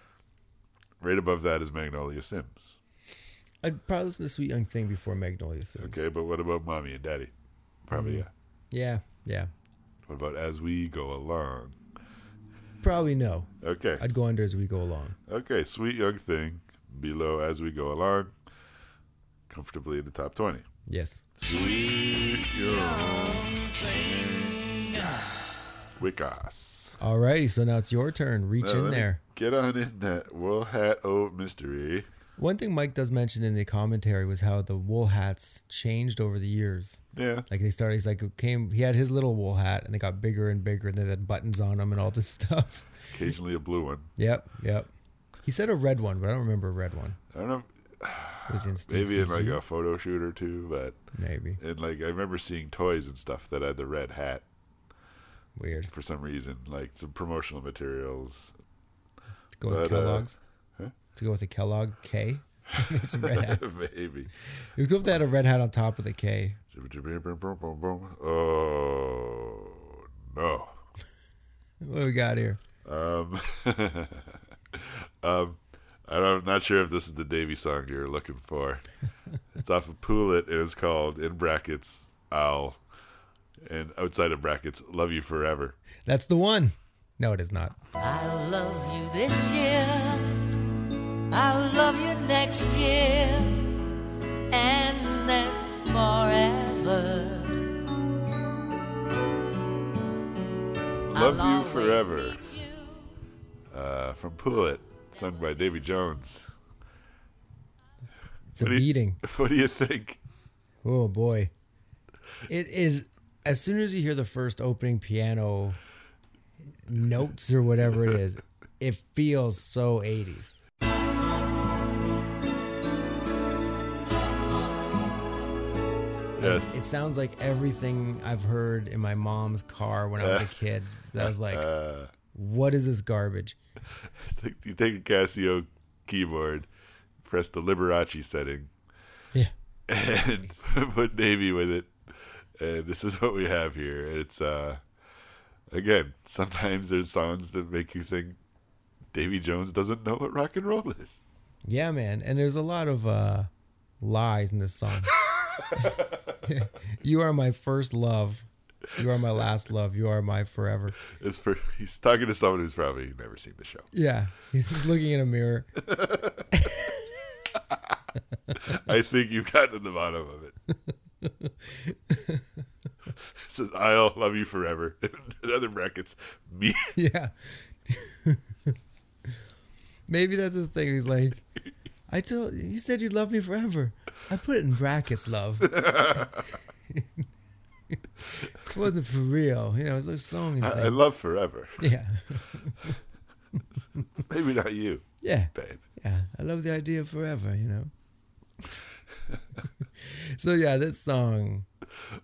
Speaker 2: Right above that is Magnolia Sims.
Speaker 1: I'd probably listen to Sweet Young Thing before Magnolia Sims.
Speaker 2: Okay, but what about mommy and daddy? Probably
Speaker 1: Mm.
Speaker 2: yeah.
Speaker 1: Yeah, yeah.
Speaker 2: What about as we go along?
Speaker 1: Probably no.
Speaker 2: Okay.
Speaker 1: I'd go under as we go along.
Speaker 2: Okay, sweet young thing. Below as we go along. Comfortably in the top twenty. [SIGHS]
Speaker 1: Yes.
Speaker 2: Sweet young thing. Wickas.
Speaker 1: Alrighty, so now it's your turn. Reach in there.
Speaker 2: Get on in that wool hat old mystery.
Speaker 1: One thing Mike does mention in the commentary was how the wool hats changed over the years.
Speaker 2: Yeah.
Speaker 1: Like they started, he's like it came. He had his little wool hat, and they got bigger and bigger, and they had buttons on them and all this [LAUGHS] stuff.
Speaker 2: Occasionally a blue one.
Speaker 1: Yep, yep. He said a red one, but I don't remember a red one.
Speaker 2: I don't know.
Speaker 1: Was he in Steve
Speaker 2: Maybe in like
Speaker 1: Zissou?
Speaker 2: a photo shoot or two, but
Speaker 1: Maybe
Speaker 2: and like I remember seeing toys and stuff that had the red hat
Speaker 1: weird.
Speaker 2: for some reason, like some promotional materials. [LAUGHS]
Speaker 1: To go with
Speaker 2: But, uh,
Speaker 1: Kellogg's. To go with the Kellogg
Speaker 2: [LAUGHS]
Speaker 1: K. [LAUGHS] Made some red hat.
Speaker 2: Maybe.
Speaker 1: It would go if they had a red hat on top of the K.
Speaker 2: Oh no.
Speaker 1: What do we got here?
Speaker 2: Um, [LAUGHS] um, I don't, I'm not sure if this is the Davy song you're looking for. it's off of Poolit and it's called in brackets Owl, and outside of brackets Love You Forever.
Speaker 1: That's the one. No, it is not.
Speaker 9: I'll love you this year. I'll love you next year. And then forever.
Speaker 2: Love
Speaker 9: I'll
Speaker 2: You
Speaker 9: always
Speaker 2: Forever
Speaker 9: need you.
Speaker 2: uh, from Poolit, sung by Davy Jones.
Speaker 1: It's a
Speaker 2: What do you-
Speaker 1: beating.
Speaker 2: [LAUGHS] What do you think?
Speaker 1: Oh boy. It is as soon as you hear the first opening piano notes or whatever it is, it feels so 80s.
Speaker 2: Yes.
Speaker 1: It sounds like everything I've heard in my mom's car when I was a kid. That I was like, what is this garbage?
Speaker 2: It's like you take a Casio keyboard, press the Liberace setting, [LAUGHS]
Speaker 1: Yeah.
Speaker 2: and [LAUGHS] put Navy with it. And this is what we have here. It's uh again, sometimes there's songs that make you think Davy Jones doesn't know what rock and roll is.
Speaker 1: Yeah, man. And there's a lot of uh, lies in this song. [LAUGHS] you are my first love. You are my last love. You are my forever.
Speaker 2: It's for he's talking to someone who's probably never seen the show.
Speaker 1: Yeah. [LAUGHS] He's, he's looking in a mirror.
Speaker 2: I think you've gotten to the bottom of it. it says I'll love [LAUGHS] you forever. In other brackets, me
Speaker 1: Yeah. Maybe that's the thing. He's like, I told you said you'd love me forever. I put it in brackets, love. it wasn't for real. You know, it was a song. And
Speaker 2: I, I
Speaker 1: thing.
Speaker 2: love forever.
Speaker 1: yeah.
Speaker 2: Maybe not you,
Speaker 1: Yeah.
Speaker 2: babe.
Speaker 1: Yeah, I love the idea of forever, you know. [LAUGHS] so yeah, this song.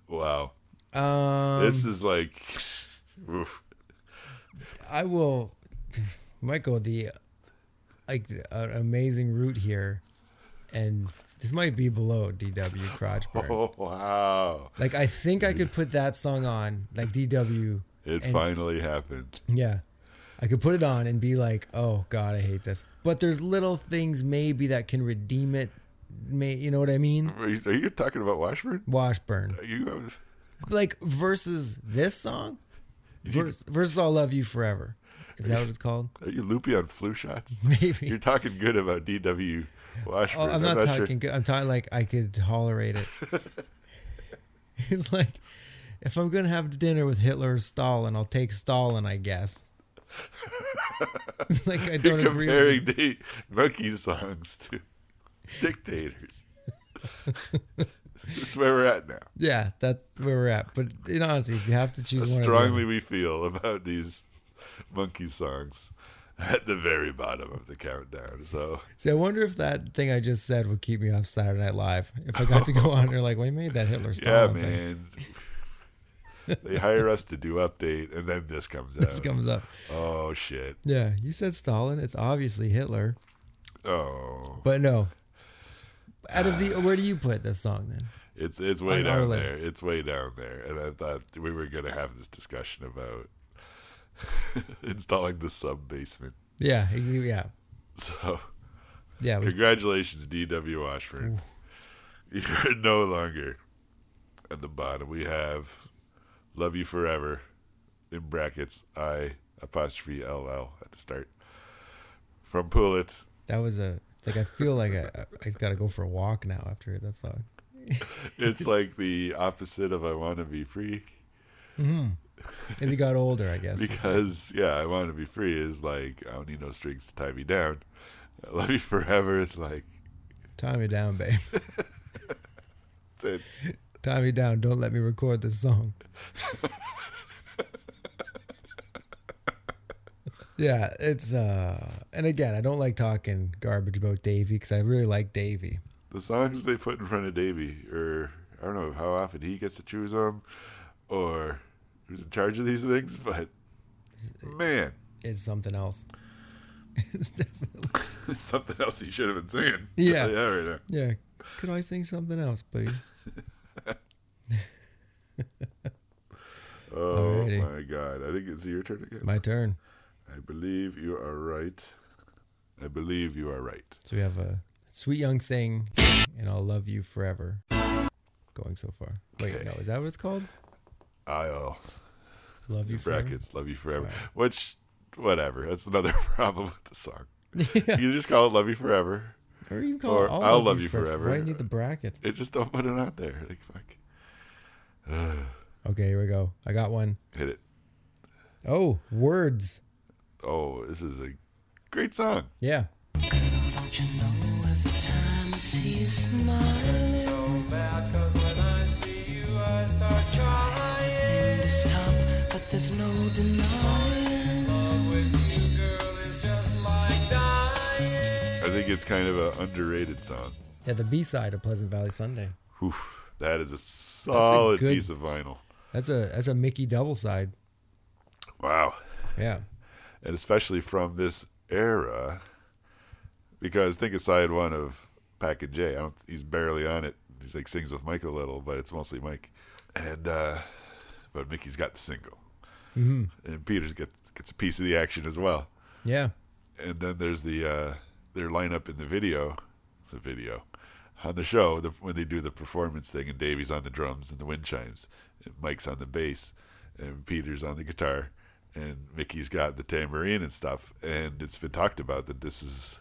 Speaker 2: Wow.
Speaker 1: Um,
Speaker 2: this is like, oof.
Speaker 1: I will, [LAUGHS] Michael, the like an amazing root here, and this might be below DW crotch burn.
Speaker 2: Oh, wow.
Speaker 1: Like I think I could put that song on, like DW.
Speaker 2: It
Speaker 1: and-
Speaker 2: finally happened.
Speaker 1: Yeah. I could put it on and be like, oh God, I hate this. But there's little things maybe that can redeem it. May you know what I mean?
Speaker 2: Are you, are you talking about Washburn?
Speaker 1: Washburn.
Speaker 2: Are you, I was-
Speaker 1: Like versus this song? Vers versus I'll Love You Forever. Is that what it's called?
Speaker 2: are you loopy on flu shots?
Speaker 1: [LAUGHS] Maybe.
Speaker 2: You're talking good about DW Washburn.
Speaker 1: Oh, I'm not,
Speaker 2: sure.
Speaker 1: talking good. I'm talking like I could tolerate
Speaker 2: [LAUGHS]
Speaker 1: it. [LAUGHS] it's like if I'm gonna have dinner with Hitler or Stalin, I'll take Stalin, I guess. [LAUGHS] It's like I don't
Speaker 2: You're
Speaker 1: agree with
Speaker 2: comparing the monkey songs to dictators. this is where we're at now.
Speaker 1: Yeah, that's where we're at. But you know, honestly, if you have to choose
Speaker 2: How
Speaker 1: one, or the
Speaker 2: strongly
Speaker 1: other-
Speaker 2: we feel about these monkey songs at the very bottom of the countdown. So
Speaker 1: See, I wonder if that thing I just said would keep me off Saturday Night Live. If I got to
Speaker 2: [LAUGHS]
Speaker 1: go on, they're like, "We made that Hitler
Speaker 2: yeah,
Speaker 1: Stalin thing."
Speaker 2: man. they hire us to do update and then this comes out.
Speaker 1: This comes up.
Speaker 2: oh shit.
Speaker 1: Yeah, you said Stalin. It's obviously Hitler,
Speaker 2: Oh.
Speaker 1: but no. Out of the, where do you put this song then?
Speaker 2: It's it's way
Speaker 1: On our
Speaker 2: down
Speaker 1: list.
Speaker 2: there. It's way down there. And I thought we were gonna have this discussion about [LAUGHS] installing the sub basement.
Speaker 1: Yeah, ex- yeah,
Speaker 2: [LAUGHS] So
Speaker 1: yeah. we-
Speaker 2: congratulations, D.W. Washburn. You're no longer at the bottom. We have "Love You Forever" in brackets I apostrophe L L at the start from Pulit.
Speaker 1: That was a. It's like I feel like I, I just gotta go for a walk now after that song.
Speaker 2: It's like the opposite of "I Want to Be Free."
Speaker 1: As he got older, I guess.
Speaker 2: because yeah, I want to be free is like I don't need no strings to tie me down. I love you forever is like
Speaker 1: Tie me down, babe. [LAUGHS]
Speaker 2: it's it.
Speaker 1: Tie me down. Don't let me record this song. [LAUGHS] yeah, it's uh and again, I don't like talking garbage about Davey cuz I really like Davey.
Speaker 2: the songs they put in front of Davey, or I don't know how often he gets to choose them, or who's in charge of these things. But man, [LAUGHS]
Speaker 1: It's something else. [LAUGHS] It's definitely-
Speaker 2: it's something else he should have been [LAUGHS] singing.
Speaker 1: Yeah.
Speaker 2: yeah, right now.
Speaker 1: yeah. Could I sing something else, please?
Speaker 2: Oh
Speaker 1: Alrighty.
Speaker 2: my God, I think it's your turn again.
Speaker 1: My turn.
Speaker 2: I believe you are right. I believe you are right.
Speaker 1: So we have a sweet young thing and I'll love you forever. Going so far. Wait,
Speaker 2: Okay.
Speaker 1: no, is that what it's called?
Speaker 2: I'll
Speaker 1: Love you forever.
Speaker 2: brackets love you forever which whatever that's another [LAUGHS] problem with
Speaker 1: [LAUGHS]
Speaker 2: the song you just call it love you forever
Speaker 1: Or you can call
Speaker 2: Or
Speaker 1: it I'll, love you forever. Why do you need the brackets?
Speaker 2: it just don't put it out there like fuck
Speaker 1: Okay, here we go. I got one.
Speaker 2: hit it
Speaker 1: Oh, words.
Speaker 2: oh this is a great song
Speaker 1: Yeah.
Speaker 9: Don't you know every time I see you smiling? I trying to stop, but there's no denying.
Speaker 2: i think it's kind of an underrated song
Speaker 1: Yeah, the B side of Pleasant Valley Sunday.
Speaker 2: Oof, that is a solid
Speaker 1: good-
Speaker 2: piece of vinyl
Speaker 1: That's a that's a Mickey double side.
Speaker 2: wow
Speaker 1: Yeah.
Speaker 2: and especially from this era because think of side one of pack and jay i don't he's barely on it he's like sings with mike a little but it's mostly mike and uh but mickey's got the single and peter's get, gets a piece of the action as well
Speaker 1: Yeah.
Speaker 2: and then there's the uh their lineup in the video the video on the show the, when they do the performance thing and davey's on the drums and the wind chimes and mike's on the bass and peter's on the guitar and mickey's got the tambourine and stuff and it's been talked about that this is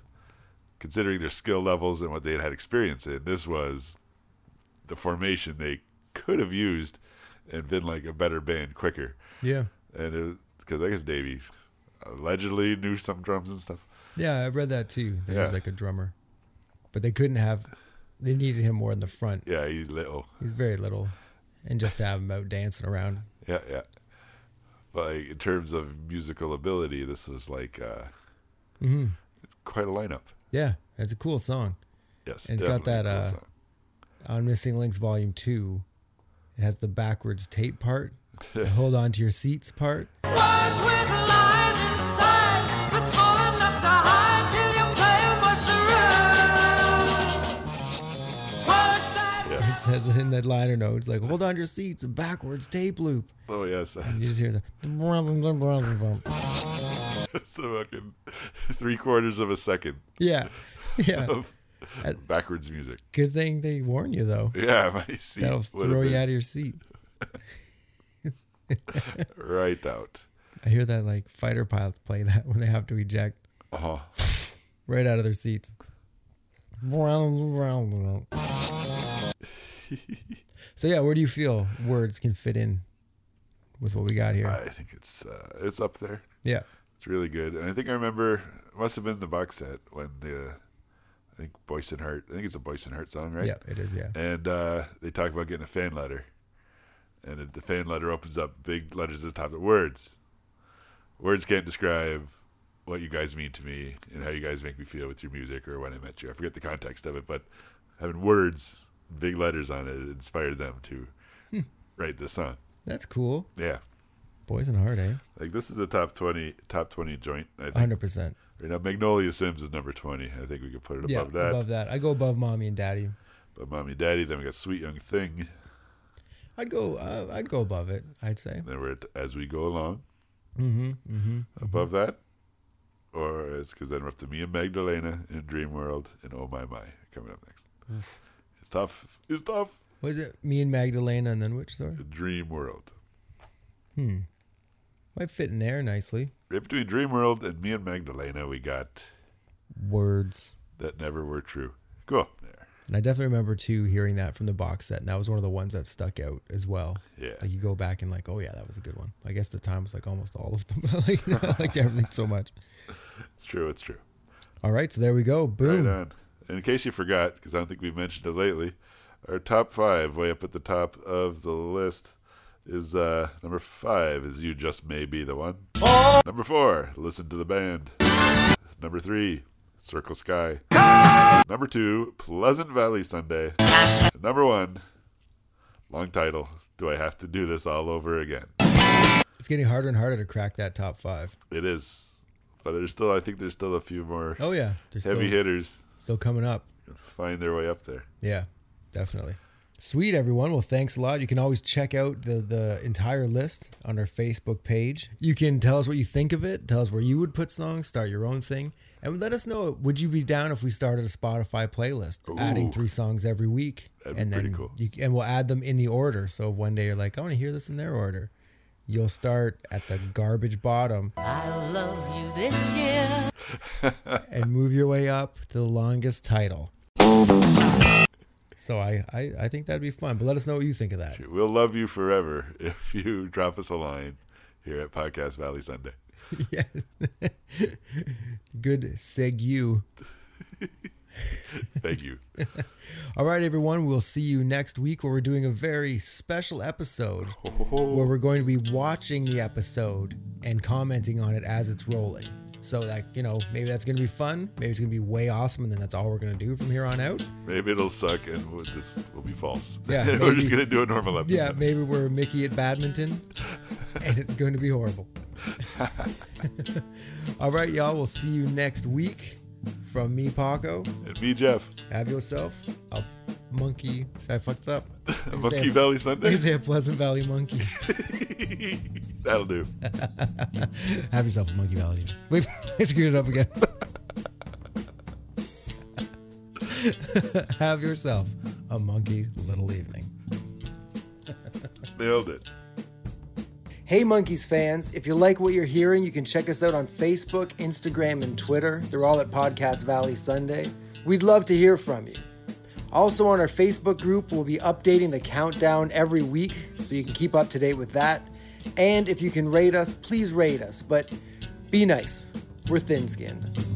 Speaker 2: considering their skill levels and what they had had experience in this was the formation they could have used and been like a better band quicker
Speaker 1: Yeah.
Speaker 2: and it because I guess Davey allegedly knew some drums and stuff.
Speaker 1: Yeah, I read that too. That he was
Speaker 2: Yeah.
Speaker 1: like a drummer, but they couldn't have. They needed him more in the front.
Speaker 2: Yeah, he's little.
Speaker 1: He's very little, and just to have him out dancing around.
Speaker 2: Yeah, yeah. But like, in terms of musical ability, this is like uh,
Speaker 1: Mm-hmm.
Speaker 2: it's quite a lineup.
Speaker 1: Yeah, that's a cool song.
Speaker 2: Yes,
Speaker 1: And it's got
Speaker 2: definitely
Speaker 1: that,
Speaker 2: a
Speaker 1: uh,
Speaker 2: song.
Speaker 1: On Missing Links Volume Two, it has the backwards tape part, the hold on to your seats part.
Speaker 8: Words with lies inside, but small enough to hide till you play what's the Words that
Speaker 1: It says it in the liner notes, like hold on to your seats, a backwards tape loop.
Speaker 2: Oh yes, [LAUGHS]
Speaker 1: You just hear the.
Speaker 2: that's a fucking three quarters of a second
Speaker 1: Yeah, [LAUGHS] yeah.
Speaker 2: of backwards music. [LAUGHS]
Speaker 1: Good thing they warn you though.
Speaker 2: Yeah, my seat
Speaker 1: That'll
Speaker 2: would have
Speaker 1: throw you
Speaker 2: been
Speaker 1: out of your seat.
Speaker 2: right out.
Speaker 1: I hear that like fighter pilots play that [LAUGHS] when they have to eject
Speaker 2: Uh-huh.
Speaker 1: right out of their seats. So yeah, where do you feel words can fit in with what we got here?
Speaker 2: I think it's uh, it's up there.
Speaker 1: Yeah.
Speaker 2: It's really good, and I think I remember it must have been the box set when the I think Boyson Hart. I think it's a Boyson Hart song, right?
Speaker 1: Yeah, it is, yeah.
Speaker 2: and uh, they talk about getting a fan letter. And it- the fan letter opens up big letters at the top of words. Words can't describe what you guys mean to me and how you guys make me feel with your music or when I met you. I forget the context of it, but having words, big letters on it, it inspired them to write this song.
Speaker 1: That's cool.
Speaker 2: Yeah.
Speaker 1: Boys and Heart, eh?
Speaker 2: Like this is a top twenty top twenty joint, I think.
Speaker 1: hundred percent.
Speaker 2: Right now Magnolia Sims is number twenty. I think we could put it above
Speaker 1: Yeah,
Speaker 2: that.
Speaker 1: above that. I go above mommy and daddy.
Speaker 2: But Mommy Daddy, then we got Sweet Young Thing.
Speaker 1: I'd go uh, I'd go above it, I'd say.
Speaker 2: Then we're at as we go along. Mm-hmm, Above that, or it's because then we're up to me and Magdalena in Dream World and Oh My My coming up next. It's tough. It's tough.
Speaker 1: Was it me and Magdalena and then which sorry?
Speaker 2: Dream World.
Speaker 1: Might fit in there nicely.
Speaker 2: Right between Dream World and me and Magdalena, we got
Speaker 1: Words.
Speaker 2: that never were true. Go up there.
Speaker 1: And I definitely remember too hearing that from the box set, and that was one of the ones that stuck out as well.
Speaker 2: Yeah.
Speaker 1: like you go back and like, oh yeah, that was a good one. I guess the time was like almost all of them. [LAUGHS] I like, I liked everything so much.
Speaker 2: It's true. It's true.
Speaker 1: All right, so there we go. Boom.
Speaker 2: Right on. And uh, in case you forgot, because I don't think we've mentioned it lately, our top five, way up at the top of the list, is uh, number five is "You Just May Be the One." Number four, "Listen to the Band." Number three, "Circle Sky." Number two, "Pleasant Valley Sunday." Number one, long title. Do I have to do this all over again?
Speaker 1: It's getting harder and harder to crack that top five.
Speaker 2: It is, but there's still. I think there's still a few more
Speaker 1: Oh yeah, they're
Speaker 2: heavy
Speaker 1: still,
Speaker 2: hitters
Speaker 1: still coming up.
Speaker 2: find their way up there.
Speaker 1: Yeah, definitely. Sweet, everyone. Well, thanks a lot. You can always check out the, the entire list on our Facebook page. You can tell us what you think of it, tell us where you would put songs, start your own thing, and let us know would you be down if we started a Spotify playlist, adding
Speaker 2: Ooh.
Speaker 1: three songs every week?
Speaker 2: That'd be
Speaker 1: and
Speaker 2: pretty
Speaker 1: then
Speaker 2: cool.
Speaker 1: you, and we'll add them in the order. So if one day you're like, I want to hear this in their order. You'll start at the garbage bottom
Speaker 9: I love you this year.
Speaker 1: and move your way up to the longest title. So I, I, I think that'd be fun. But let us know what you think of that.
Speaker 2: We'll love you forever [LAUGHS] if you drop us a line here at Podcast Valley Sunday.
Speaker 1: Yes. [LAUGHS] Good segue.
Speaker 2: Thank
Speaker 1: [LAUGHS]
Speaker 2: you.
Speaker 1: All right, everyone. We'll see you next week where we're doing a very special episode where we're going to be watching the episode and commenting on it as it's rolling. So that, you know, maybe that's going to be fun. Maybe it's going to be way awesome. And then that's all we're going to do from here on out.
Speaker 2: Maybe it'll suck and w- this will be false.
Speaker 1: Yeah,
Speaker 2: [LAUGHS] We're
Speaker 1: maybe.
Speaker 2: just going to do a normal episode.
Speaker 1: Yeah, maybe we're Mickey at badminton and it's going to be
Speaker 2: [LAUGHS]
Speaker 1: horrible. all right, y'all. We'll see you next week. From me, Paco.
Speaker 2: And me, Jeff,
Speaker 1: Have yourself a monkey. So I fucked it
Speaker 2: [LAUGHS]
Speaker 1: up.
Speaker 2: at
Speaker 1: They say- [LAUGHS]
Speaker 2: Monkey Valley
Speaker 1: They
Speaker 2: Sunday.
Speaker 1: say a Pleasant Valley monkey. [LAUGHS]
Speaker 2: [LAUGHS] That'll do.
Speaker 1: Have yourself a monkey valley. Wait, [LAUGHS] I screwed it up again. [LAUGHS] Have yourself a monkey little evening.
Speaker 2: Nailed it.
Speaker 1: Hey, Monkeys fans, if you like what you're hearing, you can check us out on Facebook, Instagram, and Twitter. They're all at Podcast Valley Sunday. We'd love to hear from you. Also, on our Facebook group, we'll be updating the countdown every week so you can keep up to date with that. And if you can rate us, please rate us, but be nice. We're thin skinned.